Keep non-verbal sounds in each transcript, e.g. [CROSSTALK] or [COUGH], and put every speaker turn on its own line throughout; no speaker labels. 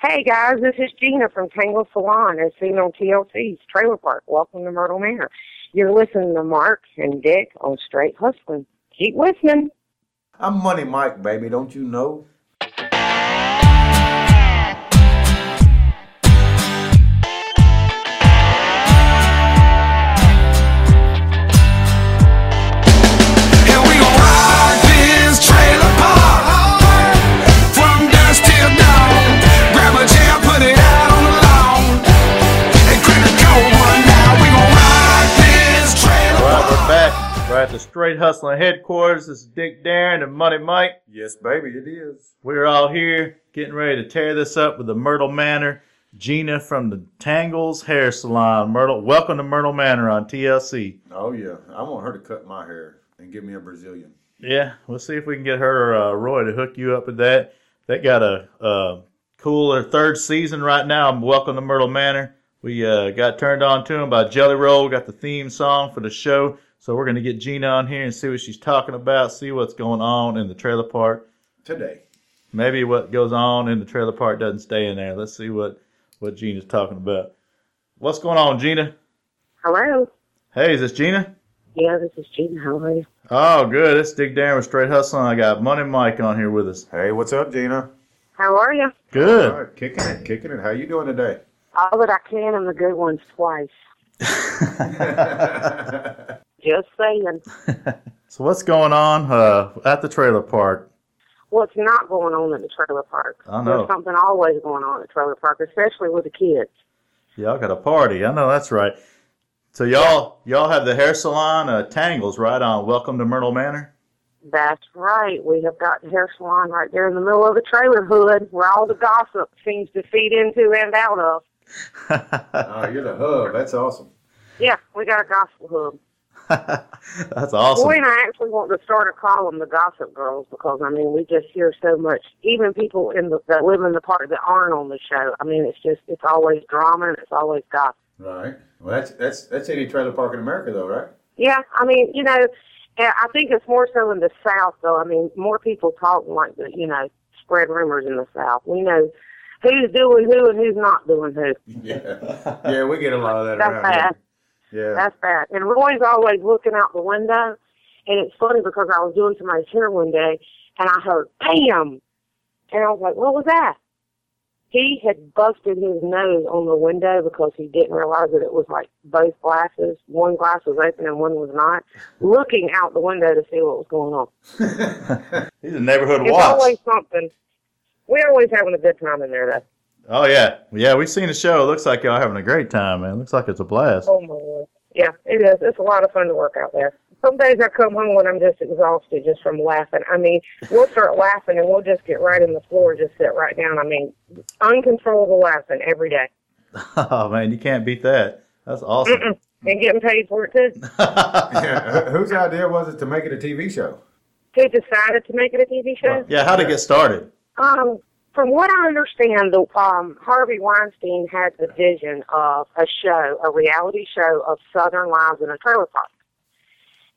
Hey guys, this is Gina from Tangle Salon, as seen on TLC's Trailer Park. Welcome to Myrtle Manor. You're listening to Mark and Dick on Straight Hustling. Keep listening.
I'm Money Mike, baby. Don't you know?
And we gon' ride this trailer park from dusk till dawn. Grab a chair, put it out on the lawn, and crack a cold one. Now we gon' ride this trailer
All right,
park.
we're back. We're at the Straight Hustling headquarters. This is Dick Darren and Money Mike.
Yes, baby, it is.
We're all here getting ready to tear this up with the Myrtle Manor. Gina from the Tangles Hair Salon. Myrtle, welcome to Myrtle Manor on TLC.
Oh yeah, I want her to cut my hair and give me a Brazilian.
Yeah, we'll see if we can get her or uh, Roy to hook you up with that. They got a, a cooler third season right now. Welcome to Myrtle Manor. We uh, got turned on to them by Jelly Roll. We got the theme song for the show. So we're going to get Gina on here and see what she's talking about, see what's going on in the trailer park.
Today.
maybe what goes on in the trailer park doesn't stay in there. Let's see what what Gina's talking about. What's going on, Gina?
Hello.
Hey, is this Gina?
Yeah, this is Gina. How are you?
Oh, good. It's Dick Darren with Straight Hustling. I got Money Mike on here with us.
Hey, what's up, Gina?
How are you?
Good.
All right, kicking it, kicking it. How you doing today?
All that I can and the good ones
[LAUGHS]
twice. Just saying.
So what's going on uh, at the trailer park?
What's not going on at the trailer park?
I know.
There's something always going on at the trailer park, especially with the kids.
Y'all got a party. I know that's right. So y'all y'all have the hair salon uh, Tangles right on. Welcome to Myrtle Manor. [LAUGHS]
That's right. We have got the hair salon right there in the middle of the trailer hood where all the gossip seems to feed into and out of.
oh, you're the hub. That's awesome.
Yeah, we got a gossip hub.
that's awesome.
Boy, and I actually want to start a column, The Gossip Girls, because, I mean, we just hear so much. Even people in the, that live in the park that aren't on the show. I mean, it's just, it's always drama and it's always gossip.
Right. Well, that's that's that's any trailer park in America, though, right?
Yeah, I mean, you know, eh, I think it's more so in the South, though. I mean, more people talk like the, you know, spread rumors in the South. We know who's doing who and who's not doing who.
[LAUGHS] Yeah. yeah, we get a lot of that
That's
around
bad.
here. Yeah.
That's bad. And Roy's always looking out the window, and it's funny because I was doing somebody's hair one day, and I heard bam, and I was like, what was that? He had busted his nose on the window because he didn't realize that it was like both glasses. One glass was open and one was not. Looking out the window to see what was going on.
[LAUGHS] He's a neighborhood
It's
watch.
always something. We're always having a good time in there, though.
Oh yeah, yeah. We've seen the show. It looks like y'all having a great time, man. looks like it's a blast. [LAUGHS]
Oh my lord! Yeah, it is. It's a lot of fun to work out there. Some days I come home and I'm just exhausted just from laughing. I mean, we'll start laughing and we'll just get right in the floor, just sit right down. I mean, uncontrollable laughing every day,
Oh man, you can't beat that. That's awesome.
and getting paid for it too.
yeah. Whose idea was it to make it a TV show? [LAUGHS]
Who decided to make it a TV show?
[LAUGHS] yeah, how to get started? [LAUGHS]
Um, from what I understand, the um, Harvey Weinstein had the vision of a show, a reality show of Southern lives in a trailer park.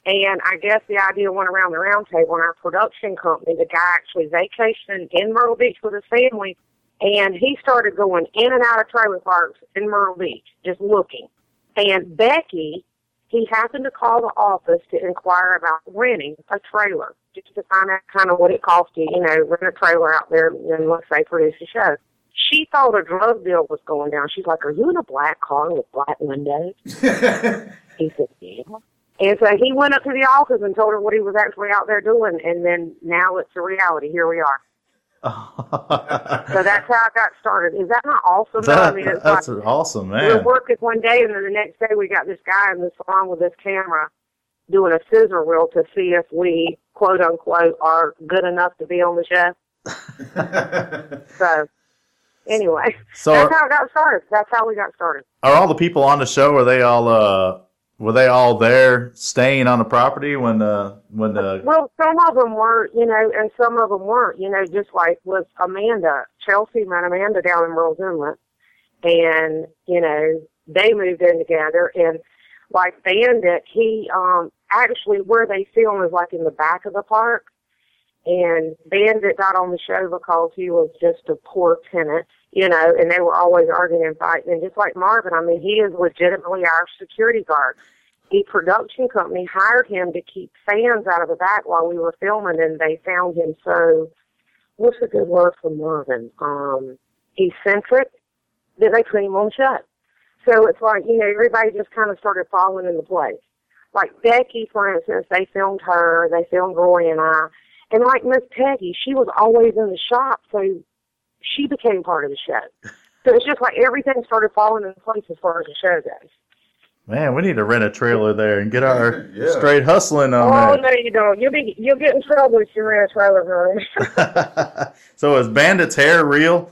And I guess the idea went around the round table, and our production company, the guy actually vacationed in Myrtle Beach with his family, and he started going in and out of trailer parks in Myrtle Beach, just looking. And Becky, he happened to call the office to inquire about renting a trailer, just to find out kind of what it cost to, you know, rent a trailer out there and let's say produce a show. She thought a drug deal was going down. She's like, "Are you in a black car with black windows?" he said, "Yeah." And so he went up to the office and told her what he was actually out there doing. And then now it's a reality. Here we are. So that's how I got started. Is that not awesome? though? I mean,
That-
it's like,
that's awesome,
we were
man.
working one day, and then the next day we got this guy in the salon with this camera doing a scissor reel to see if we, quote unquote, are good enough to be on the show. So, anyway,
So
that's
are,
how it got started. That's how we got started.
are all the people on the show? Are they all? uh Were they all there, staying on the property when uh when the?
Well, some of them were, you know, and some of them weren't, you know, just like with Amanda, Chelsea met Amanda down in Merle's Inlet. And, you know, they moved in together. And like Bandit, he um actually, where they film is like in the back of the park. And Bandit got on the show because he was just a poor tenant you know, and they were always arguing and fighting. And just like Marvin, I mean, he is legitimately our security guard. The production company hired him to keep fans out of the back while we were filming, and they found him so. What's a good word for Marvin? Um, eccentric. That they put him on shut. So it's like you know, everybody just kind of started falling into place. Like Becky, for instance, they filmed her. They filmed Roy and I. And like Miss Peggy, she was always in the shop, so she became part of the show. So it's just like everything started falling into place as far as the show goes.
Man, we need to rent a trailer there and get our
Yeah.
straight hustling on
Oh,
that.
no, you don't. You'll be you'll get in trouble if you're in a trailer room.
[LAUGHS] so is Bandit's hair real?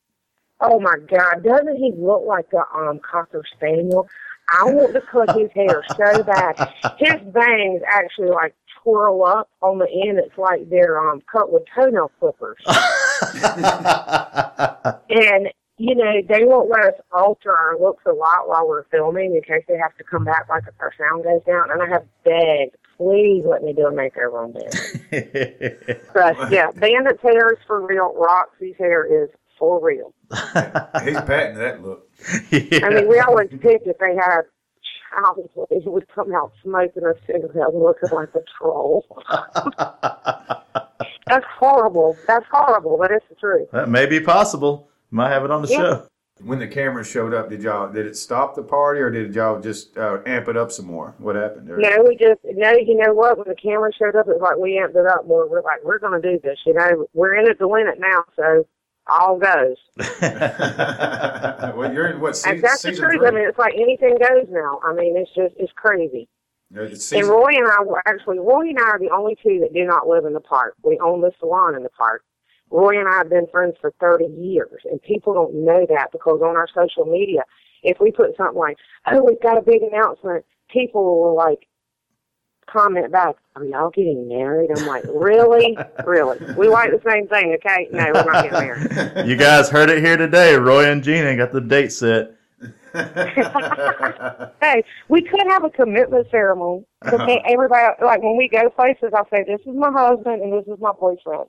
[LAUGHS]
oh my God, doesn't he look like a um cocker spaniel? I want to cut his hair so bad. His bangs actually like twirl up on the end. It's like they're um cut with toenail clippers. And, you know, they won't let us alter our looks a lot while we're filming in case they have to come back like if our sound goes down. And I have begged, please let me do a makeover on this. But yeah, Bandit's hair is for real. Roxy's hair is for real.
He's patting that look.
I mean, we always picked if they had a child, [LAUGHS] he would come out smoking a cigarette looking like a troll. That's horrible. That's horrible, but it's the truth.
that may be possible. Might have it on the
Yeah.
show.
When the camera showed up, did y'all did it stop the party or did y'all just uh, amp it up some more? What happened? Or-
No, we just no. You know what? When the camera showed up, it was like we amped it up more. We're like, we're gonna do this. You know, we're in it to win it now. So all goes.
Uh, well, you're in what
And
season?
that's the
season
truth.
three?
I mean, it's like anything goes now. I mean, it's just it's crazy.
Yeah, it's
and
season- [LAUGHS]
Roy and I were actually Roy and I are the only two that do not live in the park. We own the salon in the park. Roy and I have been friends for 30 years, and people don't know that because on our social media, if we put something like, "Oh, we've got a big announcement," people will like comment back, "Are y'all getting married?" I'm like, "Really, really? We like the same thing, okay? No, we're not getting married."
You guys heard it here today. Roy and Gina got the date set.
[LAUGHS]
[LAUGHS] Hey, we could have a commitment ceremony. Okay, everybody, like when we go places, I'll say, "This is my husband, and this is my boyfriend."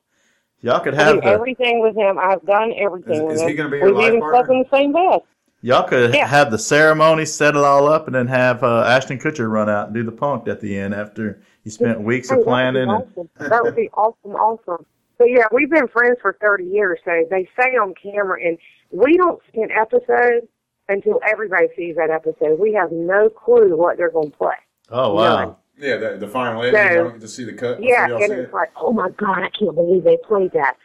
Y'all could
I
have
do
the
everything with him. I've done everything
Is-
with
is
him.
he gonna be your
We've
life
even
partner?
slept in the same bed.
y'all could
Yeah.
have the ceremony, set it all up, and then have uh, Ashton Kutcher run out and do the punk at the end after you spent weeks
Hey,
of
that
planning.
would
And,
be Awesome. That would be awesome, awesome. But yeah, we've been friends for 30 years, so they say on camera, and we don't see an episode until everybody sees that episode. We have no clue what they're going to play.
oh wow!
No.
yeah, the, the final edit.
So-
you don't get to see the cut.
Yeah,
before y'all
and
see
it's
it.
like, oh my god, I can't believe they played that.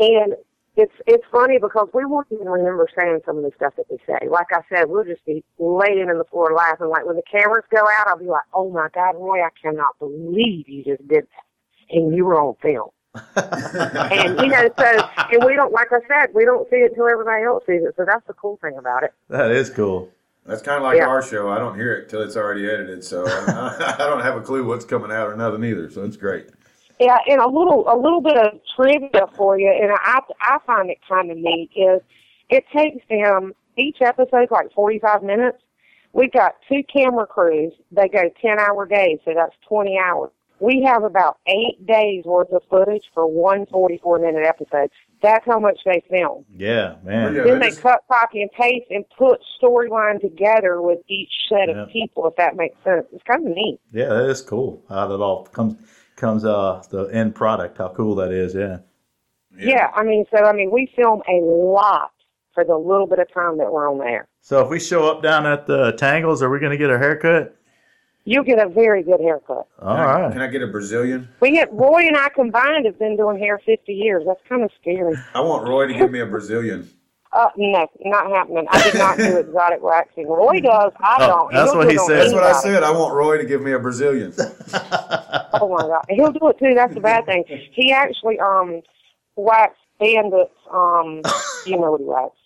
And it's it's funny because we won't even remember saying some of the stuff that we say. Like I said, we'll just be laying in the floor laughing. Like when the cameras go out, I'll be like, oh my god, Roy, I cannot believe you just did that, and you were on film. and you know, so and we don't, like I said, we don't see it until everybody else sees it. So that's the cool thing about it.
That is cool.
That's kind of like
Yeah.
our show. I don't hear it till it's already edited, so I, I don't [LAUGHS] have a clue what's coming out or nothing either. So it's great.
Yeah, and a little a little bit of trivia for you, and I I find it kind of neat is it takes them each episode's like forty five minutes. We've got two camera crews. They go ten hour days, so that's twenty hours. We have about eight days worth of footage for one forty four minute episode. That's how much they film.
Yeah, man.
Yeah,
then
they
they
just-
cut, copy, and paste and put storyline together with each set of
Yeah.
people. If that makes sense, it's kind of neat.
Yeah, that is cool. How that all comes comes uh the end product. How cool that is. Yeah.
Yeah, I mean, so I mean, we film a lot for the little bit of time that we're on there.
So if we show up down at the Tangles, are we going to get a haircut?
You'll get a very good haircut.
Can
All
I,
right.
can I get a Brazilian?
We get Roy and I combined have been doing hair fifty years. That's kind of scary.
I want Roy to give me
[LAUGHS]
a Brazilian.
Uh, no, not happening. I did not do exotic waxing. Roy does. I
Oh,
don't.
that's
He'll
what
do it
he
on
said.
That's what I
anybody.
said. I want Roy to give me
[LAUGHS]
a Brazilian.
Oh my god, he'll do it too. That's the bad thing. He actually um waxed bandits. Um, you know what he waxed.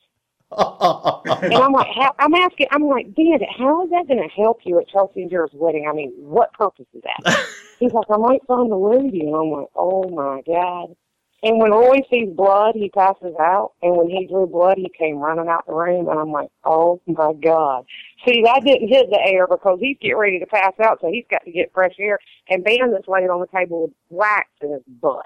And I'm like, how, I'm asking, I'm like, Bandit, how is that going to help you at Chelsea and Jared's wedding? I mean, what purpose is that? He's like, I might find the lady. And I'm like, oh my God. And when Roy sees blood, he passes out. And when he drew blood, he came running out the room. And I'm like, oh my God. See, I didn't hit the air because he's getting ready to pass out, so he's got to get fresh air. And Bandit's laying on the table with wax in his butt.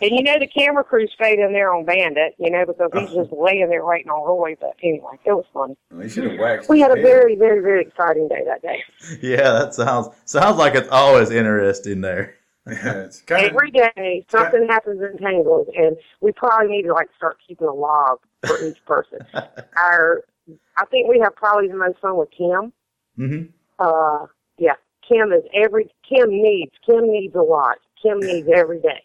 And you know the camera crew stayed in there on Bandit, you know, because he's just laying there waiting on Roy. But anyway, it was funny.
They should have waxed.
We
his
had a
head. [LAUGHS]
very, very, very exciting day that day.
[LAUGHS] Yeah, that sounds sounds like it's always interesting there.
it's kind of,
Every day something happens in Tangled, and we probably need to like start keeping a log for each person. Our, I think we have probably the most fun with Kim.
[LAUGHS]
hmm
Uh, yeah, Kim is every Kim needs Kim needs a lot. Kim needs every day,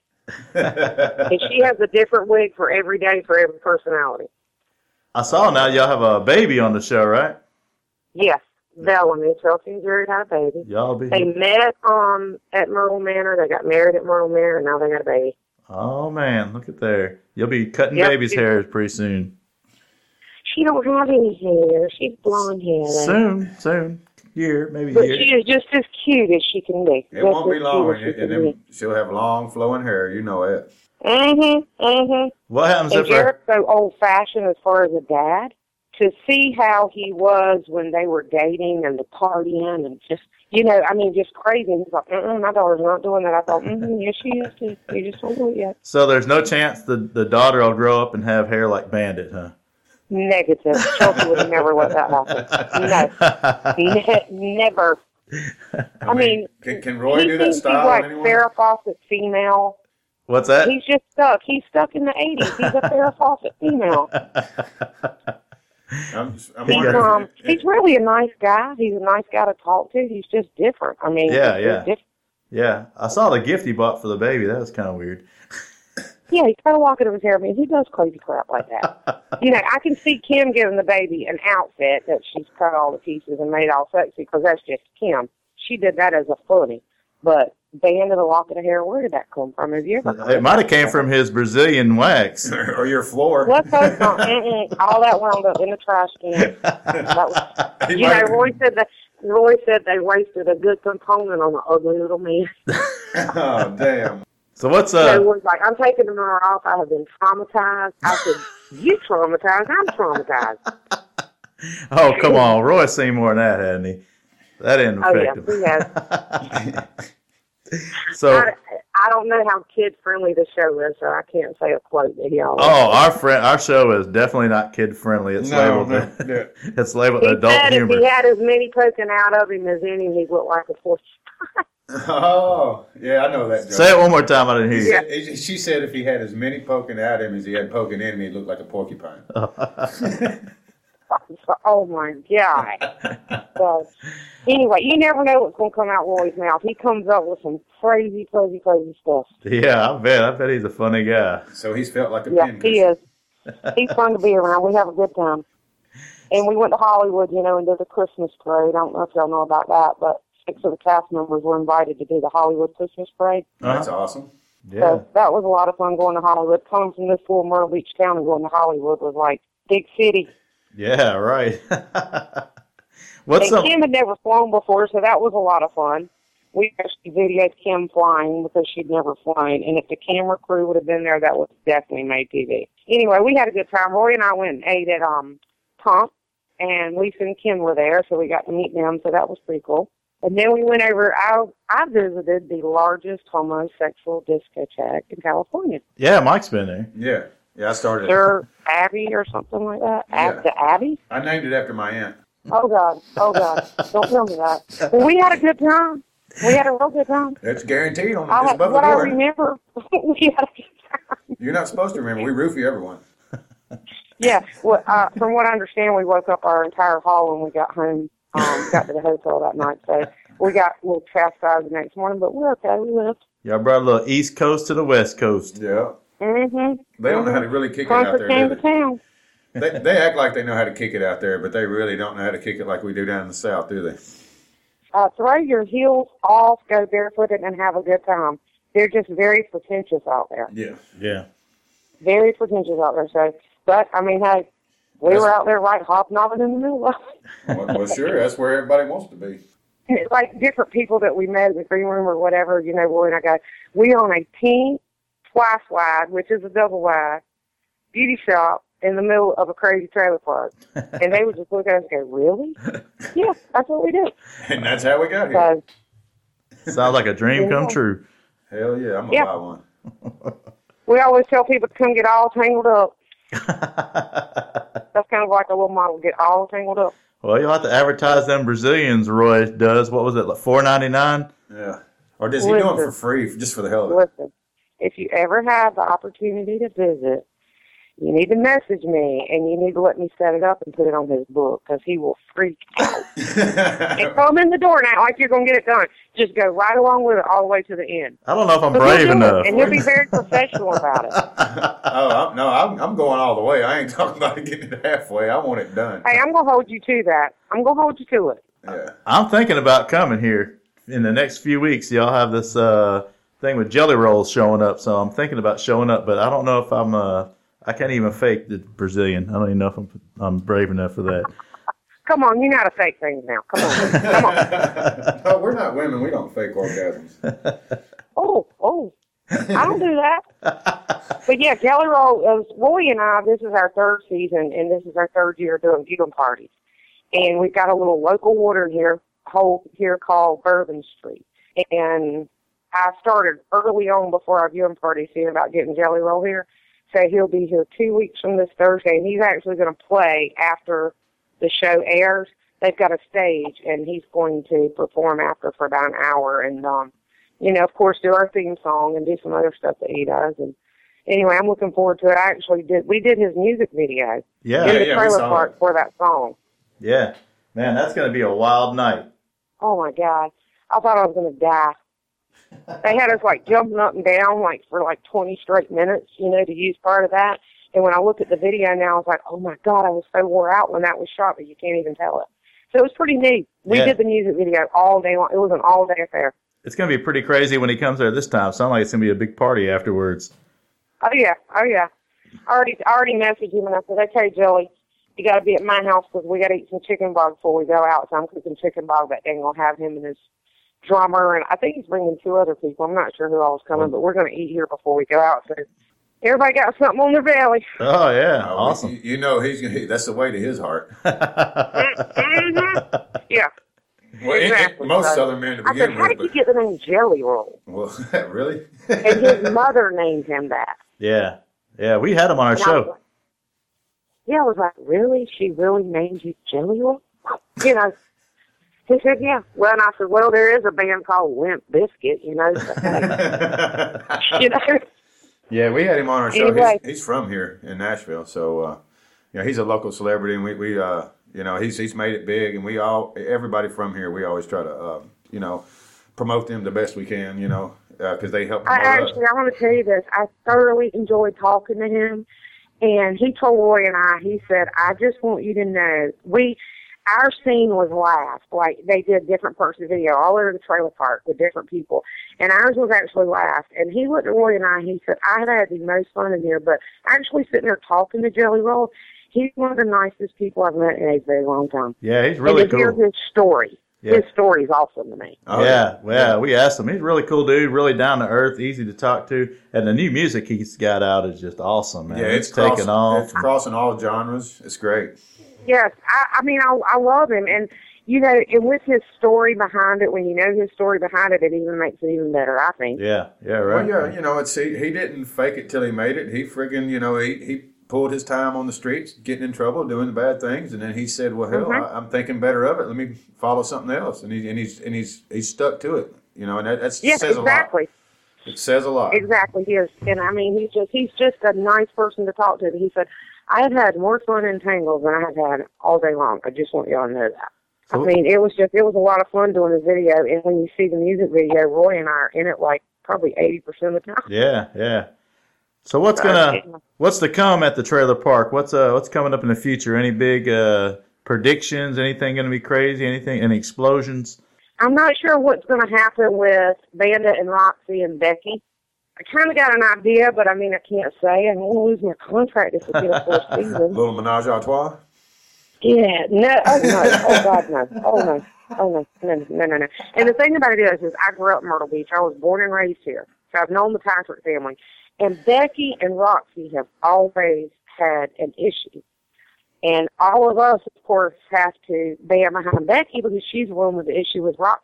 and she has a different wig for every day for every personality.
I saw now y'all have a baby on the show, right?
Yes, Bellamy, Chelsea and Jared had a baby.
Y'all be
They met um at Myrtle Manor. They got married at Myrtle Manor, and now they got a baby.
Oh man, look at there. You'll be cutting
Yep.
babies' hairs pretty soon.
She don't have any hair. She's blonde hair.
Soon, soon. Year, maybe
But
year.
she is just as cute as she can be.
it won't be long, and, and
Mm-hmm.
then she'll have long flowing hair. You know it.
Mm-hmm.
What happens
And
if I
Jared's so old fashioned as far as a dad. To see how he was when they were dating and the partying and just you know, I mean, just crazy. He's like, Mm-mm, my daughter's not doing that. I thought, mm-hmm, yes, she is. too. You just don't do it yet.
so there's no chance the, the daughter will grow up and have hair like Bandit, huh?
Negative. Chelsea would never let that happen. No, ne- never. I mean,
can, can Roy
he
do that
thinks
style?
he's like
on anyone?
Farrah Fawcett female.
[LAUGHS] What's that?
[LAUGHS] He's just stuck. He's stuck in the 80s. He's a Farrah Fawcett female.
I'm, I'm
[LAUGHS] He
wondering.
Um,
if-
he's really a nice guy. He's a nice guy to talk to. He's just different. I mean,
Yeah,
he's
yeah.
just Different.
[LAUGHS] yeah. I saw the gift he bought for the baby. That was kinda weird.
Yeah, he's kind of walking over his hair. I mean, he does crazy crap like
[LAUGHS]
that. you know, I can see Kim giving the baby an outfit that she's cut all to pieces and made all sexy because that's just Kim. She did that as a funny. But band of the locket of hair, where did that come from? Have you ever
It might have came from his Brazilian
[LAUGHS]
wax.
or your
[LAUGHS]
floor.
Let's hope not. Mm-mm. Uh-uh. All that wound up in the trash
[LAUGHS]
can. That was,
[LAUGHS] He
you know,
might-
Roy said that. Roy said they wasted a good component on the ugly little man.
[LAUGHS] oh damn!
So what's
So
uh
Roy's like, "I'm taking the mirror off. I have been traumatized." I said, "You traumatized? I'm traumatized."
[LAUGHS] oh come on, Roy seen more than that, hadn't he? That didn't
Oh yeah,
affect him.
he has.
So
I, I don't know how kid friendly the show is, so I can't say a quote to y'all.
Oh, our friend, our show is definitely not kid friendly. [LAUGHS] It's
No,
labeled [LAUGHS]
no, no.
it's labeled
he
adult
said
humor.
if he had as many poking out of him as any, he looked like a fourth.
Oh yeah, I know that. Joke.
Say it one more time. I didn't hear you.
Yeah.
She- She said if he had as many poking at him as he had poking in him, he'd look like a porcupine.
Uh.
Oh my god!
[LAUGHS]
so, anyway, you never know what's going to come out Roy's mouth. He comes up with some crazy, crazy, crazy stuff.
Yeah, I bet. I bet he's a funny guy.
So he's felt like a
Yeah,
pin.
he is. He's fun to be around. We have a good time. And we went to Hollywood, you know, and did the Christmas parade. I don't know if y'all know about that, but six of the cast members were invited to do the Hollywood Christmas parade.
That's awesome.
Yeah,
So that was a lot of fun going to Hollywood. Coming from this little Myrtle Beach town and going to Hollywood was like big city.
yeah, right. [LAUGHS] What's
and
up?
Kim had never flown before, so that was a lot of fun. We actually videoed Kim flying because she'd never flown, and if the camera crew would have been there, that would have definitely made TV. Anyway, we had a good time. Roy and I went and ate at um Pump, and Lisa and Kim were there, so we got to meet them, so that was pretty cool. And then we went over. I I visited the largest homosexual discotheque in California.
Yeah, Mike's been there.
Yeah, yeah. I started.
Sir Abbey or something like that. Ab-
Yeah.
The Abbey.
I named it after my aunt.
Oh God! Oh God! Don't tell me that. Well, we had a good time. We had a real good time.
It's guaranteed on
I,
it's above the
what I
board.
remember, [LAUGHS] we had a good time.
You're not supposed to remember. We roofie everyone.
Yeah. Well, uh, from what I understand, we woke up our entire hall when we got home. Um, got to the hotel that night, so we got a little chastised the next morning. But we're okay. We lived.
Y'all brought a little East Coast to the West Coast.
Yeah.
Mm-hmm.
They don't know how to really kick it out
Conquer
there.
came
do
to
they?
town.
They, they act like they know how to kick it out there, but they really don't know how to kick it like we do down in the south, do they?
Uh, throw your heels off, go barefooted, and have a good time. They're just very pretentious out there.
Yeah.
Yeah,
very pretentious out there. So, but I mean, hey, we were out there right hobnobbing in the middle of
Well, well, sure. That's where everybody wants to be.
it. [LAUGHS] like different people that we met in the green room or whatever. You know, Roy and I go, we on a team twice wide, which is a double wide beauty shop in the middle of a crazy trailer park, and they would just look at us and go, really? yeah, that's what we do.
And that's how we got here.
So,
sounds like a dream come true. [LAUGHS]
Hell yeah, I'm gonna
Yeah.
buy one.
We always tell people to come get all tangled up. That's kind of like a little model, get all tangled up.
well, you'll have to advertise them Brazilians. Roy does. What was it? Like four ninety nine.
Yeah. Or does he do it for
Listen.
free, just for the hell [LAUGHS] of it?
Listen, if you ever have the opportunity to visit, you need to message me and you need to let me set it up and put it on his book because he will freak
[LAUGHS]
out. and come in the door now like you're going to get it done. Just go right along with it all the way to the end.
I don't know if I'm
'Cause he'll
brave
do it,
enough.
And he'll be very professional about
[LAUGHS]
it.
oh, I'm, no, I'm, I'm going all the way. I ain't [LAUGHS] talking about getting it halfway. I want it done.
Hey, I'm going to hold you to that. I'm going to hold you to it.
Yeah.
I'm thinking about coming here in the next few weeks. Y'all have this uh, thing with jelly rolls showing up, so I'm thinking about showing up, but I don't know if I'm. Uh, I can't even fake the Brazilian. I don't even know if I'm, I'm brave enough for that.
Come on, you know how to fake things now. Come on. Come on.
[LAUGHS] No, we're not women. We don't fake orgasms.
Oh, oh. I don't do that. But yeah, Jelly Roll, uh, Roy and I, this is our third season, and this is our third year doing viewing parties. And we've got a little local water here, hole here called Bourbon Street. And I started early on before our viewing party seeing about getting Jelly Roll here. So he'll be here two weeks from this Thursday, and he's actually going to play after the show airs. They've got a stage, and he's going to perform after for about an hour. And, um, you know, of course, do our theme song and do some other stuff that he does. And anyway, I'm looking forward to it. I actually did, we did his music video in
[LAUGHS] Yeah,
Yeah.
the
we
trailer
saw
park
it.
for that song.
yeah, man, that's gonna be a wild night.
Oh my God. I thought I was going to die.
[LAUGHS]
They had us like jumping up and down like for like 20 straight minutes, you know, to use part of that. And when I looked at the video now, I was like, oh my God, I was so wore out when that was shot, but you can't even tell it. So it was pretty neat. We
Yeah.
did the music video all day long. It was an all day affair.
It's gonna be pretty crazy when he comes there this time. Sound like it's gonna be a big party afterwards.
Oh yeah, oh yeah. I already, I already messaged him and I said, okay, Jelly, you got to be at my house 'cause we got to eat some chicken bog before we go out. So I'm cooking chicken bog that day. and We'll have him and his drummer, and I think he's bringing two other people. I'm not sure who all is coming, but we're going to eat here before we go out. So everybody got something on their belly.
Oh yeah,
Uh,
awesome.
You, you know, he's gonna, he, that's the way to his heart.
Mhm. yeah.
Well, it- it-
Exactly.
most Southern men to
I said,
begin
how
with.
did you
But,
get the name Jelly Roll?
well, [LAUGHS] really?
[LAUGHS] And his mother named him that.
yeah, yeah. We had him on our
And I was
show.
like- yeah, I was like, really? She really named you Jelly Roll? [LAUGHS] You know. He said, yeah. Well, and I said, well, there is a band called Limp Biscuit, you know. [LAUGHS] so, like, you know.
Yeah, we had him on our show.
Anyway.
He's, he's from here in Nashville, so uh, you know he's a local celebrity, and we, we uh, you know he's he's made it big, and we all everybody from here, we always try to uh, you know promote them the best we can, you know, because they help.
I
promote us.
actually, I want to tell you this. I thoroughly enjoyed talking to him, and he told Roy and I. He said, "I just want you to know, we, our scene was last. Like they did different parts of the video all over the trailer park with different people, and ours was actually last." And he looked at Roy and I. He said, "I had had the most fun in here, but actually sitting there talking to Jelly Roll, he's one of the nicest people I've met in a very long time.
Yeah, he's really
and to hear
cool.
his story,
Yeah.
his story is awesome to me."
Oh,
yeah, yeah, we asked him. He's a really cool dude, really down to earth, easy to talk to, and the new music he's got out is just awesome, man.
yeah, it's,
taking
crossing,
off.
It's crossing all genres. It's great.
Yes, I, I mean, I, I love him, and you know, and with his story behind it, when you know his story behind it, it even makes it even better. I think.
Yeah, yeah,
Well,
right.
Oh, yeah, you know, it's he, he didn't fake it till he made it. He friggin', you know, he, he pulled his time on the streets, getting in trouble, doing the bad things, and then he said, "Well, hell, I, I'm thinking better of it. Let me follow something else." And he and he's and he's he's stuck to it, you know, and that that's,
Yes,
says
exactly,
a lot. It says a lot.
exactly. Yes, and I mean, he's just he's just a nice person to talk to. He said, "I have had more fun in tangles than I have had all day long. I just want y'all to know that."
Cool.
I mean, it was just it was a lot of fun doing the video, and when you see the music video, Roy and I are in it like probably eighty percent of the time.
Yeah, yeah. So
[LAUGHS]
what's gonna what's to come at the trailer park? What's uh what's coming up in the future? Any big uh predictions? Anything gonna be crazy? Anything? Any explosions?
I'm not sure what's going to happen with Banda and Roxy and Becky. I kind of got an idea, but I mean, I can't say. I'm going to lose my contract if we get a fourth season.
Little menage a trois.
Yeah, no, oh no, oh God, no, oh no, oh no, no, no, no, no. And the thing about it is, is I grew up in Myrtle Beach. I was born and raised here, so I've known the Patrick family. And Becky and Roxy have always had an issue. And all of us, of course, have to bear behind Becky because she's the one with the issue with Roxy.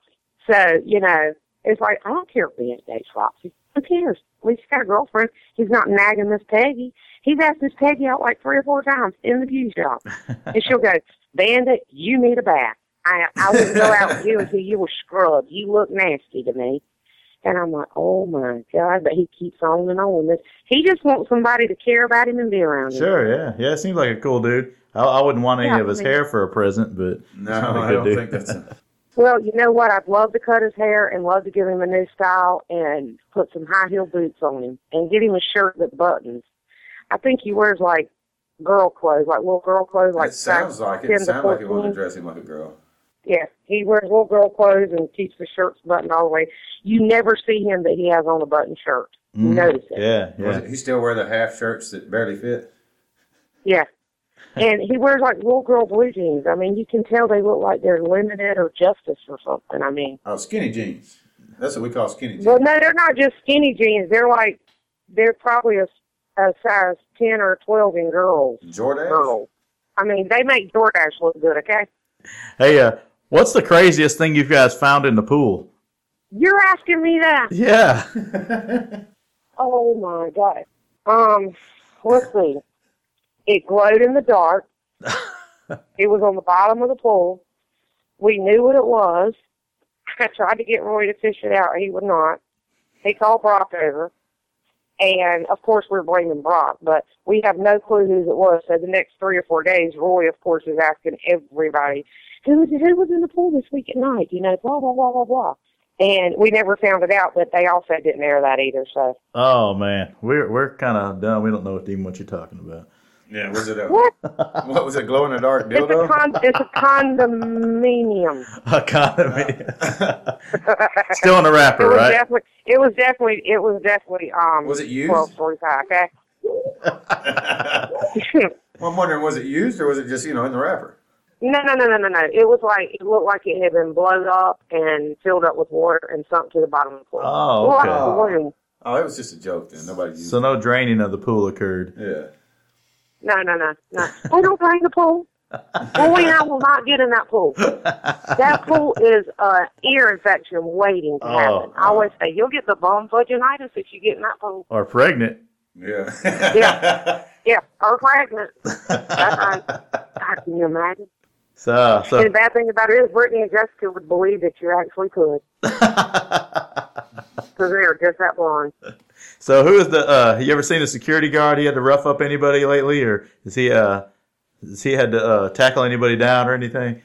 So, you know, it's like, I don't care if Ben dates Roxy. Who cares? At least he's got a girlfriend. He's not nagging Miss Peggy. He's asked Miss Peggy out like three or four times in the beauty shop. and she'll go, Bandit, you need a bath. I, I wouldn't go out with you until you were scrubbed. You look nasty to me. And I'm like, oh my God, but he keeps on and on. This he just wants somebody to care about him and be around him.
Sure, yeah, yeah. It seems like a cool dude. I, I wouldn't want any
Yeah,
of his
I mean-
hair for a present, but [LAUGHS]
No,
he's not a
I
good
don't
dude.
think that's. A,
Well, you know what? I'd love to cut his hair and love to give him a new style and put some high heel boots on him and get him a shirt that buttons. I think he wears like girl clothes, like little girl clothes, like
it sounds
size
like it.
10
It
to
sounds like you want
14.
to dress him like a girl.
Yeah, he wears little girl clothes and keeps the shirts buttoned all the way. You never see him that he has on a button shirt. You Notice it.
Mm-hmm. yeah,
Was
yeah.
it- he still wear the half shirts that barely fit.
Yeah. And he wears like little girl blue jeans. I mean, you can tell they look like they're limited or justice or something. I mean,
Oh, skinny jeans. That's what we call skinny jeans.
well, no, they're not just skinny jeans. They're like, they're probably a, a size 10 or 12 in girls.
Jordan.
Girls. I mean, they make DoorDash look good, okay?
Hey, uh, what's the craziest thing you guys found in the pool?
You're asking me that.
Yeah,
Oh my God. Um, let's see. It glowed in the dark. it was on the bottom of the pool. We knew what it was. I tried to get Roy to fish it out. He would not. He called Brock over. And of course, we're blaming Brock, but we have no clue whose it was. So the next three or four days, Roy, of course, is asking everybody, who was, who was in the pool this week at night? You know, blah, blah, blah, blah, blah. And we never found it out, but they also didn't air that either. So
Oh man, we're we're kind of done. We don't know what, even what you're talking about. [LAUGHS]
Yeah. Was it a [LAUGHS]
What?
what was it? Glow in the dark
It's a,
dildo.
con- it's a condominium.
Economy. Still in a
It
wrapper,
was
right?
definitely. It was definitely. It was definitely. Um,
Was it used?
Twelve forty-five.
[LAUGHS]
Okay.
Well, I'm wondering, was it used or was it just you know in the wrapper?
no, no, no, no, no, no. It was like it looked like it had been blown up and filled up with water and sunk to the bottom of the pool.
Oh,
Well, I
okay.
was wondering-
Oh, it was just a joke then. Nobody used.
So no draining of the pool occurred.
it.
No, no, no,
[LAUGHS]
no. We don't drain the pool. Roy and I will not get in that pool. That pool is an ear infection waiting to happen.
Oh.
I always say you'll get the bone vaginitis if you get in that pool.
Or pregnant.
Yeah.
Yeah.
[LAUGHS]
Yeah, or pregnant. That's right. God, can you imagine?
So
And
so
the bad thing about it is Brittany and Jessica would believe that you actually
[LAUGHS]
could. Because they are just that blonde.
so who is the? Uh, you ever seen a security guard? He had to rough up anybody lately, or is he? Uh, has he had to uh, tackle anybody down or anything?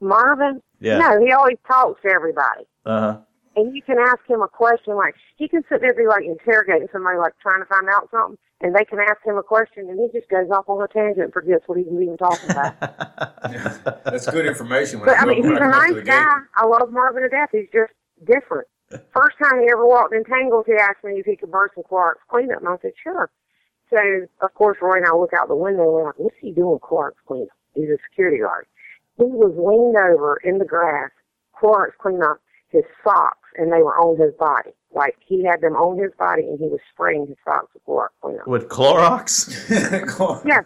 Marvin?
Yeah.
No, he always talks to everybody.
Uh huh.
And you can ask him a question like he can sit there and be like interrogating somebody like trying to find out something and they can ask him a question and he just goes off on a tangent and forgets what he was even talking about.
[LAUGHS] That's good information. When
But
I,
I
go-
mean
when
he's a
I come up to
nice
the gate.
guy. I love Marvin to death. He's just
[LAUGHS]
different. First time he ever walked in Tangles, he asked me if he could burn some Clark's cleanup and I said, Sure. So of course Roy and I look out the window and we're like, What's he doing with Clark's cleanup? He's a security guard. He was leaned over in the grass, Clark's cleaning up his socks and they were on his body. Like he had them on his body and he was spraying his socks with Clark's cleanup.
[LAUGHS]
With Clorox.
Clark.
Yeah.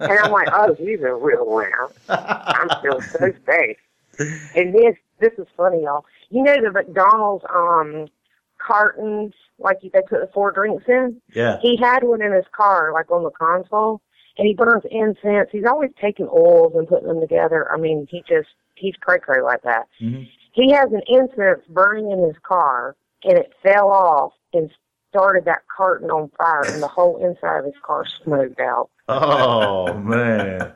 And I'm like, oh, he's a real winner. I'm still so safe. And this, this is funny, y'all. You know the McDonald's um cartons, like they put the four drinks in?
Yeah.
He had one in his car, like on the console, and he burns incense. He's always taking oils and putting them together. I mean, he just, he's cray-cray like that.
Mhm.
He has an incense burning in his car, and it fell off and started that carton on fire, and the whole inside of his car smoked out.
Oh man.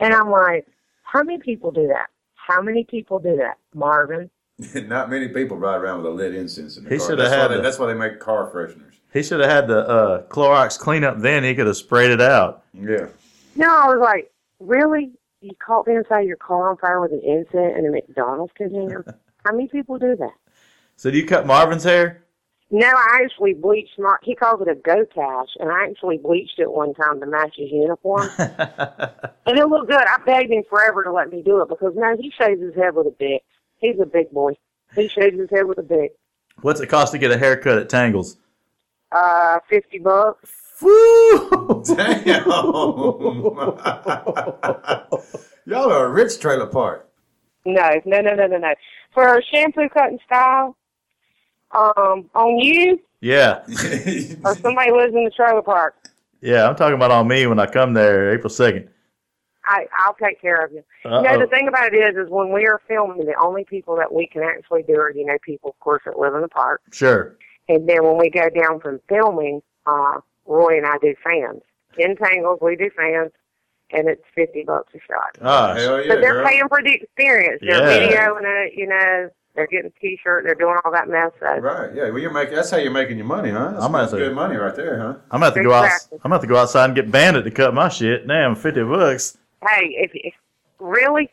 And I'm like, how many people do that? How many people do that, Marvin?
[LAUGHS] Not many people ride around with a lit incense in their
He
car.
shoulda
That's why
had
they-
the-
That's why they make car fresheners.
He should have had the uh, Clorox cleanup then. He could have sprayed it out.
[LAUGHS] Yeah.
No, I was like, really? You caught the inside of your car on fire with an incense and a McDonald's container? how many people do that?
So do you cut Marvin's hair?
No, I actually bleached my, he calls it a go cash, and I actually bleached it one time to match his uniform. and it looked good. I begged him forever to let me do it because no, he shaves his head with a big. He's a big boy. He shaves his head with a big.
What's it cost to get a haircut at Tangles?
Uh, 50 bucks. [LAUGHS]
Woo!
Damn. oh, [LAUGHS] Y'all are a rich
[LAUGHS]
trailer park.
No, no, no, no, no, no. For shampoo cut and style, Um, on you
Yeah,
or somebody lives in the trailer park.
yeah. I'm talking about on me when I come there April second.
I, I'll take care of you. You know, the thing about it is, is when we are filming, the only people that we can actually do are, you know, people, of course, that live in the park.
Sure.
And then when we go down from filming, uh, Roy and I do fans. In Tangles, we do fans, and it's 50 bucks a shot.
Ah,
Hell yeah,
but they're
girl.
paying for the experience. They're
Yeah.
videoing it, you know, they're getting a t-shirt, they're doing all that mess. So
Right. Yeah. Well, you're making. That's how you're making your money, huh? That's
I'm gonna
that's
say-
good money right there, huh?
I'm about to go out.
Exactly.
I'm about to go outside and get Bandit to cut my shit. Damn, fifty bucks. [LAUGHS]
Hey, if, if really,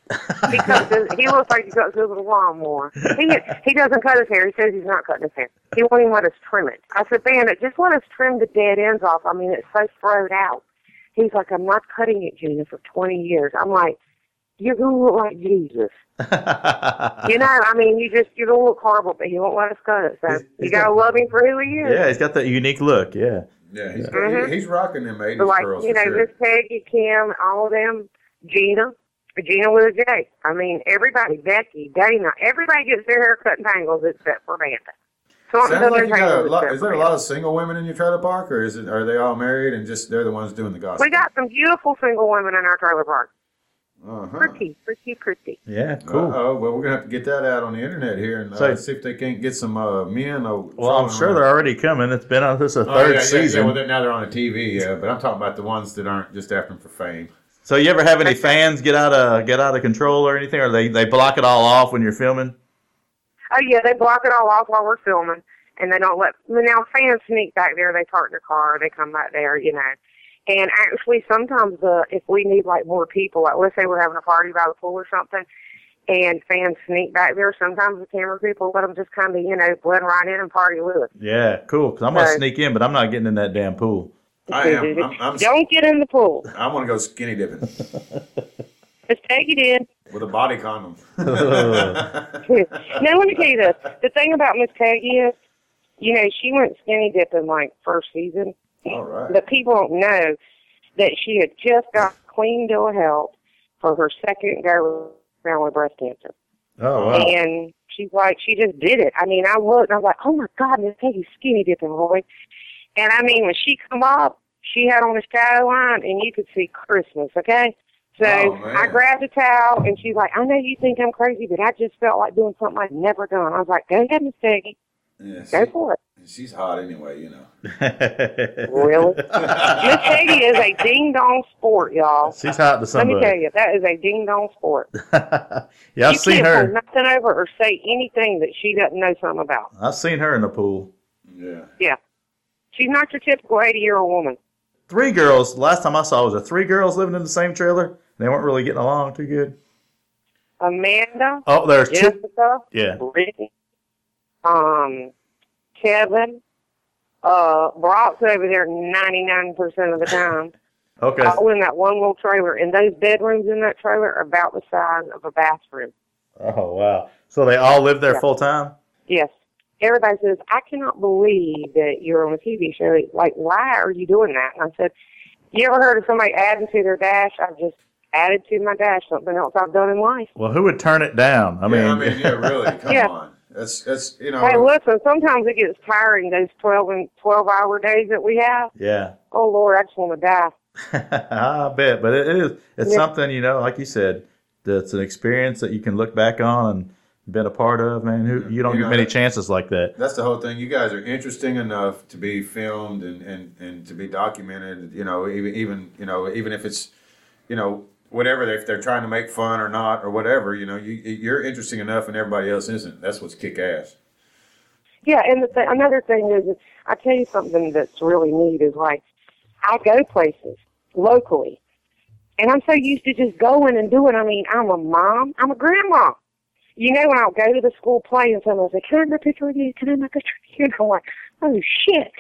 he cuts his, he looks like he cuts his with a lawnmower. He he doesn't cut his hair. He says he's not cutting his hair. He won't even let us trim it. I said, Bandit, just let us trim the dead ends off. I mean, it's so throwed out. He's like, I'm not cutting it, Gina, for 20 years. I'm like, you're gonna look like Jesus. You know, I mean, you just you're gonna look horrible, but he won't let us cut it. So
He's-
you
he's
gotta love him for who he is.
Yeah, he's got that unique look. Yeah.
Yeah. He's,
Mhm.
he- he's rocking them 80s
But like
girls.
you know,
for sure.
Miss Peggy, Kim, all of them, Gina, Gina with a J. I mean, everybody, Becky, Dana, everybody gets their hair cut in tangles except for Amanda. So I'm
Sounds
done
like
with
you got a
tangles
lot.
except
Is there
for
a
Amanda.
lot of single women in your trailer park, or is it? Are they all married and just they're the ones doing the gossip?
We got some beautiful single women in our trailer park.
Uh-huh.
Pretty, pretty, pretty.
Yeah. Cool.
Oh well, we're gonna have to get that out on the internet here and uh,
So-
see if they can't get some uh, men. Uh,
well, I'm sure they're already coming. It's been on this is the
Oh, yeah,
third
yeah,
season.
Yeah, well, they're- now they're on the TV, yeah. But I'm talking about the ones that aren't just after them for fame.
So you ever have any fans get out of get out of control or anything, or they, they block it all off when you're filming?
Oh yeah, they block it all off while we're filming, and they don't let. well, Now fans sneak back there. They park their car. They come back there, you know. And actually, sometimes the if we need like more people, like let's say we're having a party by the pool or something, and fans sneak back there. Sometimes the camera people let them just kind of you know blend right in and party with us.
Yeah, cool. Because I'm gonna
Right.
sneak in, but I'm not getting in that damn
[LAUGHS]
pool. [LAUGHS]
I am. I'm, I'm,
don't get in the pool.
I want to go skinny dipping
Just take it
[LAUGHS]
in.
with a body condom.
Oh,
now let me tell you this. The thing about Miss Peggy is, you know, she went skinny dipping like first season.
All right.
But people don't know that she had just got clean bill of health for her second go around with breast cancer.
Oh
And she's like, she just did it. I mean, I looked and I was like, oh my God, Miss Peggy skinny dipping, boy. And I mean, when she come up, she had on a shadow line and you could see Christmas, okay? So
Oh, man.
I grabbed a towel and she's like, I know you think I'm crazy, but I just felt like doing something I've never done. I was like, go ahead, Miss Peggy,
Yeah,
go
she-
for it.
she's hot anyway, you know. [LAUGHS]
Really? Miss Peggy is a ding dong sport, y'all.
[LAUGHS] She's hot to
Let me tell
somebody.
you, that is a ding dong sport.
[LAUGHS] yeah, I've
you
seen
can't
her.
pull nothing over or say anything that she doesn't know something about.
I've seen her in the pool.
Yeah.
Yeah. She's not your typical 80 year old woman.
Three girls. Last time I saw was there three girls living in the same trailer. They weren't really getting along too good. [LAUGHS]
Amanda,
Oh, there's two.
Jessica,
Yeah.
Brittany, um, Kevin, uh, Brock's over there 99% of the
[LAUGHS]
time.
Okay.
All in that one little trailer. And those bedrooms in that trailer are about the size of a bathroom.
Oh wow. So they all live there full time.
Yes. Everybody says, I cannot believe that you're on a TV show. Like, why are you doing that? And I said, You ever heard of somebody adding to their dash? I've just added to my dash something else I've done in life.
Well, who would turn it down? I mean,
yeah, I mean,
[LAUGHS]
[LAUGHS]
yeah, really. Come
Yeah.
on. That's that's you know.
Hey, listen, sometimes it gets tiring, those 12 and 12 hour days that we have.
yeah.
Oh, Lord, I just want to die.
I bet, but it is. It's
Yeah.
something you know, like you said, that's an experience that you can look back on and been a part of. Man, who you don't
You
get
know,
many
that-
chances
[LAUGHS]
like that.
That's the whole thing. You guys are interesting enough to be filmed and, and, and to be documented. You know, even even you know even if it's you know whatever if they're trying to make fun or not or whatever. You know, you you're interesting enough and everybody else isn't. That's what's kick ass.
Yeah, and the th- another thing is, I tell you something that's really neat is like, I go places locally, and I'm so used to just going and doing. I mean, I'm a mom, I'm a grandma. You know, when I'll go to the school play and someone say, "Can I get a picture with you? [LAUGHS] Can I make a picture?" And I'm like, "Oh shit!"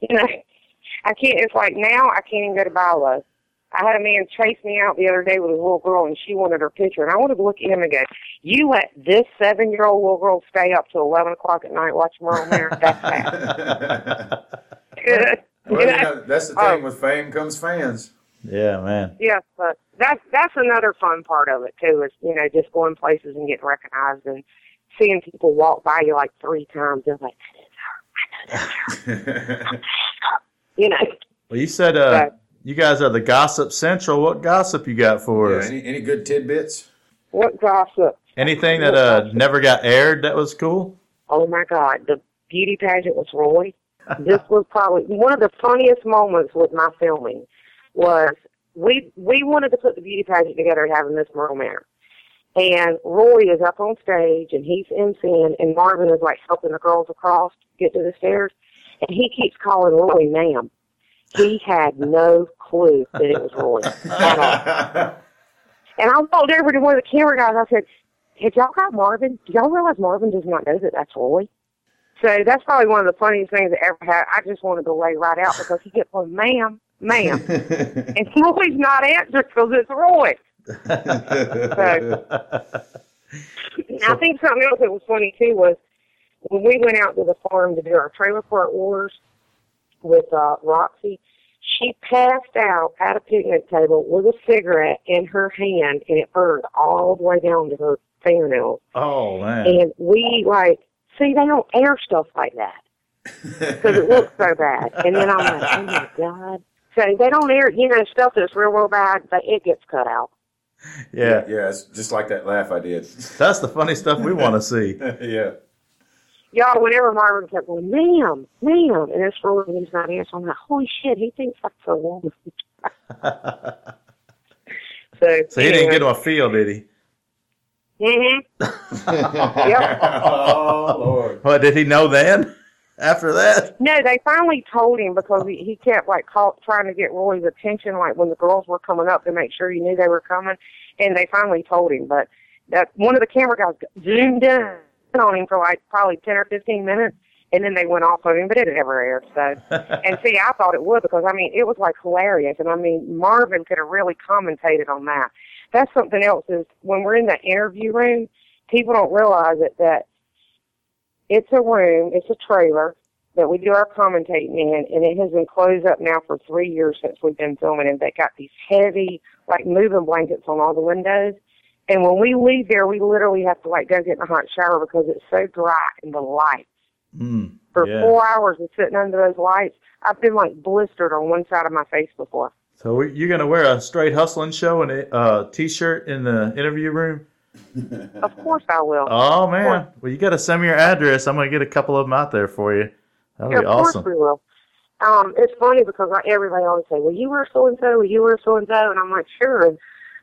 [LAUGHS] You know, I can't. It's like now I can't even go to Bilo. I had a man chase me out the other day with his little girl, and she wanted her picture. And I wanted to look at him and go, "You let this seven-year-old little girl stay up till eleven o'clock at night watching Merle Manor? That's bad." [LAUGHS]
Well, you know, that's the
Oh.
thing with fame comes fans. [LAUGHS]
Yeah, man.
Yes, but that's that's another fun part of it too. Is you know just going places and getting recognized and seeing people walk by you like three times. They're like, "That is you know. [LAUGHS]
Well, you said uh,
Right.
you guys are the Gossip Central. What gossip you got for
Yeah,
us?
any, any good tidbits?
What gossip?
Anything that uh, never got aired that
[LAUGHS]
was cool?
Oh my God, the beauty pageant was Roy. This was probably one of the funniest moments with my filming was we we wanted to put the beauty pageant together at having Miss Merle Manor. And Roy is up on stage and he's emceeing and Marvin is like helping the girls across get to the stairs and he keeps calling Roy ma'am. He had no clue that it was Roy at all. And I walked over to one of the camera guys. I said, "Have y'all got Marvin? Do y'all realize Marvin does not know that that's Roy?" So that's probably one of the funniest things that ever happened. I just wanted to lay right out because he kept going, "Ma'am, ma'am," and Roy's not answering because it's Roy. And I think something else that was funny too was when we went out to the farm to do our trailer park wars with uh, Roxy. She passed out at a picnic table with a cigarette in her hand, and it burned all the way down to her fingernails.
oh man,
And we like, see, they don't air stuff like that because it looks so bad. And then I'm like, oh my god. So they don't air, you know, stuff that's real, real bad, but it gets cut out.
yeah,
[LAUGHS] yeah, it's just like that laugh I did. [LAUGHS]
that's the funny stuff we want to see.
yeah.
Y'all, whenever Marvin kept going, ma'am, ma'am, and it's rolling and he's not answering, I'm like, holy shit, he thinks that's a woman. so,
So he didn't get him a feel,
[LAUGHS]
did he?
hmm
oh
[LAUGHS]
Lord. [LAUGHS]
What did he know then? [LAUGHS] After that,
No, they finally told him because he, he kept like call, trying to get Roy's attention, like when the girls were coming up to make sure he knew they were coming, and they finally told him. But that one of the camera guys zoomed in on him for like probably ten or fifteen minutes, and then they went off on him, but it never aired. So, and see, I thought it would because I mean it was like hilarious, and I mean Marvin could have really commentated on that. That's something else is when we're in that interview room, people don't realize it that it's a room, it's a trailer that we do our commentating in, and it has been closed up now for three years since we've been filming, and they got these heavy, like, moving blankets on all the windows. And when we leave there, we literally have to, like, go get in a hot shower because it's so dry in the light.
Mm,
For
yeah.
four hours of sitting under those lights, I've been, like, blistered on one side of my face before.
So we- you're gonna wear a straight hustling show and a uh, t-shirt in the interview room?
Of course I will.
Uh-huh. Oh man! Well, you gotta send me your address. I'm gonna get a couple of them out there for you. That'll
Yeah,
be
of course
awesome.
we will. Um, it's funny because like, everybody always say, "Well, you were so and so, you were so and so," and I'm like, "Sure." And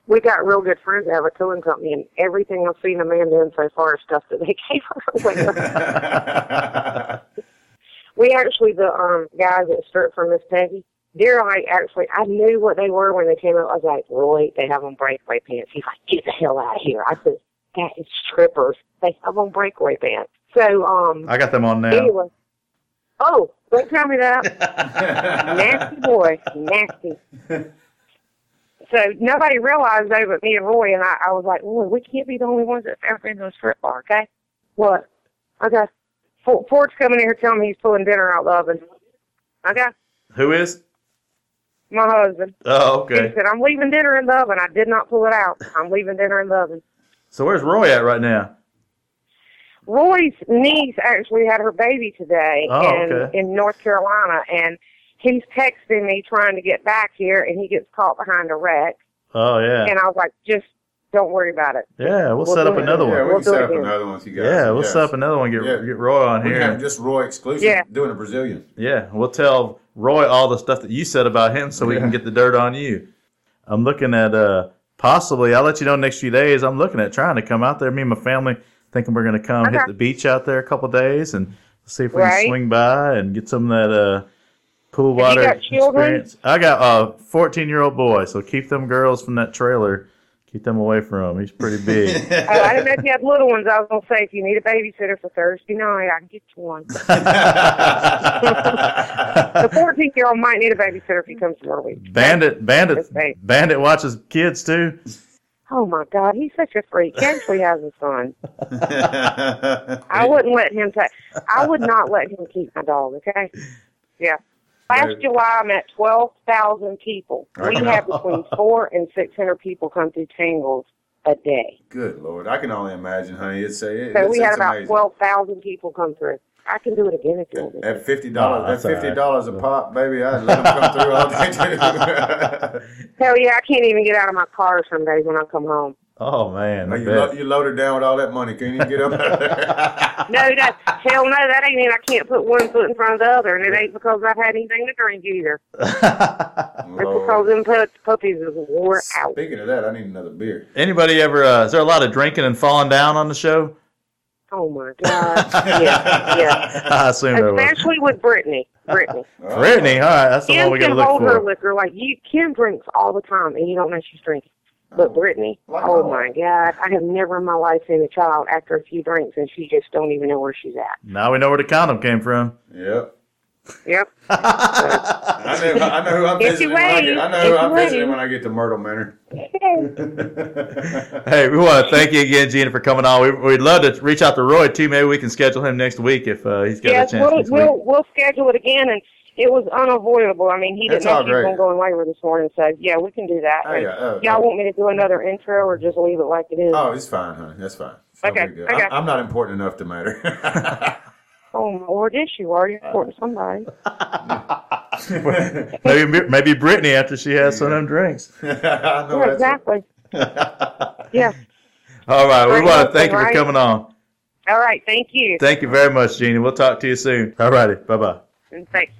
we got real good friends that have a towing company, and everything I've seen Amanda in so far is stuff that they [LAUGHS] gave her away. we actually, the um guys that stripped for Miss Peggy, they're like, actually, I knew what they were when they came out. I was like, "Roy, they have on breakaway pants." He's like, "Get the hell out of here!" I said, "That is strippers. They have on breakaway pants." So, um,
I got them on now.
anyway, oh, don't tell me that. nasty boy,
[LAUGHS]
nasty. So nobody realized though, but me and Roy and I. I was like, Roy, we can't be the only ones that's ever been to a strip bar, okay? What? Okay. For- Ford's coming in here telling me he's pulling dinner out the oven. Okay,
Who is?
my husband.
Oh,
He
okay.
said, I'm leaving dinner in the oven. I did not pull it out. I'm leaving dinner in the oven.
So where's Roy at right now?
Roy's niece actually had her baby today
Oh,
in,
okay.
in North Carolina, and he's texting me trying to get back here, and he gets caught behind a wreck.
Oh yeah,
[LAUGHS] And I was like, just don't worry about it.
yeah. We'll
We'll
set
do
up
it.
another
Yeah,
one.
we
We'll
can
do
set
it
up
again.
another one with you guys.
Yeah, we'll
Yes.
set up another one. Get
Yeah.
get Roy on
We
here.
have just Roy exclusive
Yeah.
doing a
[LAUGHS]
Brazilian. [LAUGHS]
Yeah, we'll tell Roy all the stuff that you said about him so we can
Yeah.
get the dirt on you. I'm looking at uh possibly I'll let you know next few days. I'm looking at trying to come out there. Me and my family thinking we're gonna come hit
Okay.
the beach out there a couple days and see if we
Right.
can swing by and get some of that uh pool
Have
water
you got children?
experience. I got a fourteen year old boy, so keep them girls from that trailer. Keep them away from him. He's
[LAUGHS]
pretty big.
Oh, I didn't know if you had little ones. I was gonna say if you need a babysitter for Thursday night, I can get you one. The fourteen year old might need a babysitter if he comes to our week.
Bandit Bandit
That's right.
Bandit watches kids too.
Oh my God, he's such a freak. He actually has a son. I wouldn't let him take. I would not let him keep my dog. Okay. Yeah. Last
Right.
July, I met twelve thousand people. We
Right.
have between four and six hundred people come through Tingles a day.
Good Lord. I can only imagine, honey. It's, it's,
So
it's
we had
it's
about
amazing.
twelve thousand people come through. I can do it again if you want me. to.
At fifty
Nah,
dollars,
Oh, that's
that
all
fifty dollars a pop, baby, I'd let them come through all
[LAUGHS]
day.
Hell yeah, I can't even get out of my car some days when I come home.
Oh man,
Now
I
you,
bet.
lo- you loaded down with all that money. Can't even get up out
[LAUGHS]
of there.
No, that hell no, that ain't it. I can't put one foot in front of the other, and it ain't because I've had anything to drink either.
[LAUGHS]
It's because
Lord.
them pu- puppies is wore out.
Speaking of that, I need another beer.
Anybody ever? Uh, is there a lot of drinking and falling down on the show?
Oh my
[LAUGHS]
god. yeah, yeah.
I assume there was.
Especially with Brittany.
[LAUGHS]
Brittany.
All right.
Brittany, all right, that's the one
Kim
we gotta
can
look
hold her
for.
liquor like you. Kim drinks all the time, and you don't know she's drinking. But Brittany,
Like
oh
my
my god, I have never in my life seen a child after a few drinks, and she just don't even know where she's at.
Now we know where the condom came from.
Yep.
Yep.
I know, I know who I'm
If
visiting.
you
When I, get,
wait,
I know
if
who
you
I'm visiting
wait.
when I get to Myrtle
[LAUGHS]
Manor.
Hey, we want to thank you again, Gina, for coming on. We, we'd love to reach out to Roy too. Maybe we can schedule him next week if uh, he's got
yes,
a chance
we'll
next week.
we'll, we'll schedule it again, and it was unavoidable. I mean, he
That's
didn't know
all
she was
great.
going to go in labor this morning, so yeah, we can do that.
Oh,
And
yeah, oh,
y'all
oh.
want me to do another intro or just leave it like it is?
oh, it's fine, honey. That's fine. It's no
Okay,
big deal.
okay.
I'm, I'm not important enough to matter. [LAUGHS]
Oh my lord, yes, you are. You're important to
[LAUGHS]
somebody.
maybe maybe Brittany after she has some of
[LAUGHS]
them drinks.
I know
yeah,
that's it.
exactly. yeah.
All right, we
Right,
want to thank you for
right.
coming on.
All right. Thank you.
Thank you very much, Gina. We'll talk to you soon. All righty, bye bye.
And thanks.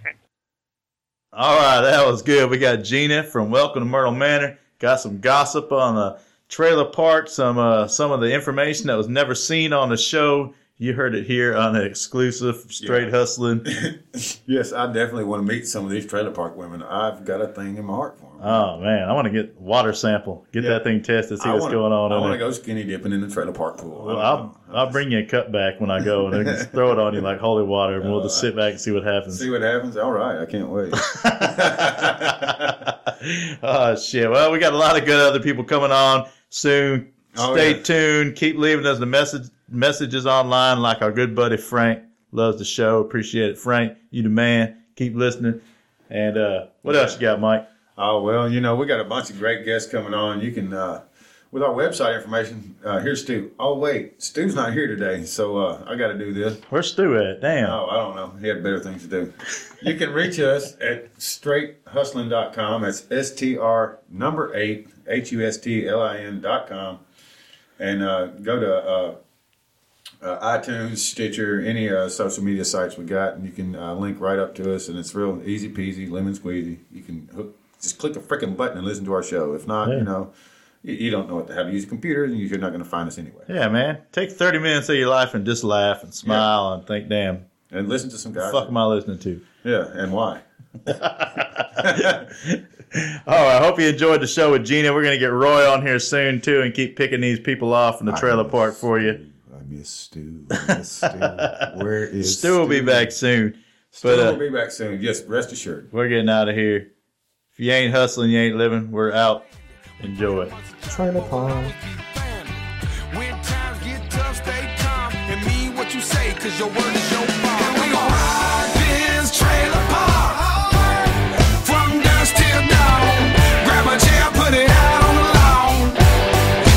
All right, that was good. We got Gina from Welcome to Myrtle Manor. Got some gossip on the trailer park, some uh, some of the information that was never seen on the show. You heard it here on an exclusive Straight
Yeah.
Hustling.
[LAUGHS] Yes, I definitely want to meet some of these trailer park women. I've got a thing in my heart for them.
Oh man, I want to get water sample, get
Yeah.
that thing tested, see
I
what's
wanna-
going on.
I
in
want to
it.
go skinny dipping in the trailer park pool.
Well, I'll I'll bring you a cup back when I go, and then just throw it on you like holy water, and we'll just sit back and see what
[LAUGHS]
happens.
see what happens. All right, I can't
[LAUGHS]
wait.
oh shit! Well, we got a lot of good other people coming on soon.
Oh,
Stay
yeah.
tuned. Keep leaving us the message messages online, like our good buddy Frank loves the show. Appreciate it, Frank. You the man. Keep listening. And uh, what else you got, Mike?
Oh well, you know we got a bunch of great guests coming on. You can uh, with our website information. Uh, here's Stu. Oh wait, Stu's not here today, so uh, I got to do this.
Where's Stu at? Damn.
Oh, I don't know. He had better things to do. You can reach us at straighthustling.com. That's S T R number eight, H U S T L I N dot com. And uh, go to uh, uh, iTunes, Stitcher, any uh, social media sites we got, and you can uh, link right up to us. And it's real easy peasy, lemon squeezy. You can hook, just click a freaking button and listen to our show. If not,
Yeah.
you know, you, you don't know what to have. Use a computer, and you're not going to find us anyway.
Yeah, man. Take thirty minutes of your life and just laugh and smile and think, damn,
And listen to some guys.
fuck am I listening to?
Yeah, and why?
All right. Oh, I hope you enjoyed the show with Gina. We're gonna get Roy on here soon too, and keep picking these people off in the trailer park for you.
I miss Stu. I miss Stu.
[LAUGHS]
Where is
Stu will be back soon. But
we'll
uh,
be back soon. Yes, rest assured.
we're getting out of here. If you ain't hustling, you ain't living. We're out. Enjoy it.
Trailer park.
When times get tough, stay calm and mean what you say, cause your word is your bond. And we gon' ride this trailer park from dusk till dawn. Grab a chair, put it out on the lawn,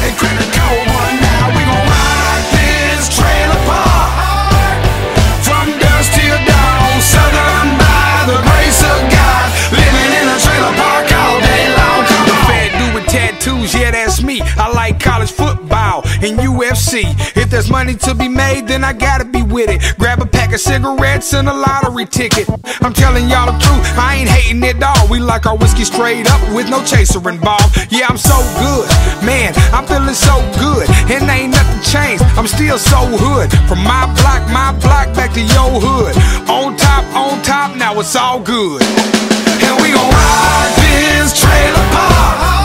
and crack a cold one now. We gon' ride this trailer park from dusk till dawn. Southern by the grace of God, living in a trailer park all day long. Come on. Fat dude with tattoos, yeah, that's me. I like college football and UFC. If there's money to be made, then I gotta be with it. Grab a pack of cigarettes and a lottery ticket. I'm telling y'all the truth, I ain't hating at all. We like our whiskey straight up with no chaser involved. Yeah, I'm so good, man, I'm feeling so good. And ain't nothing changed, I'm still so hood. From my block, my block, back to your hood. On top, on top, now it's all good. And we gon' ride this trailer park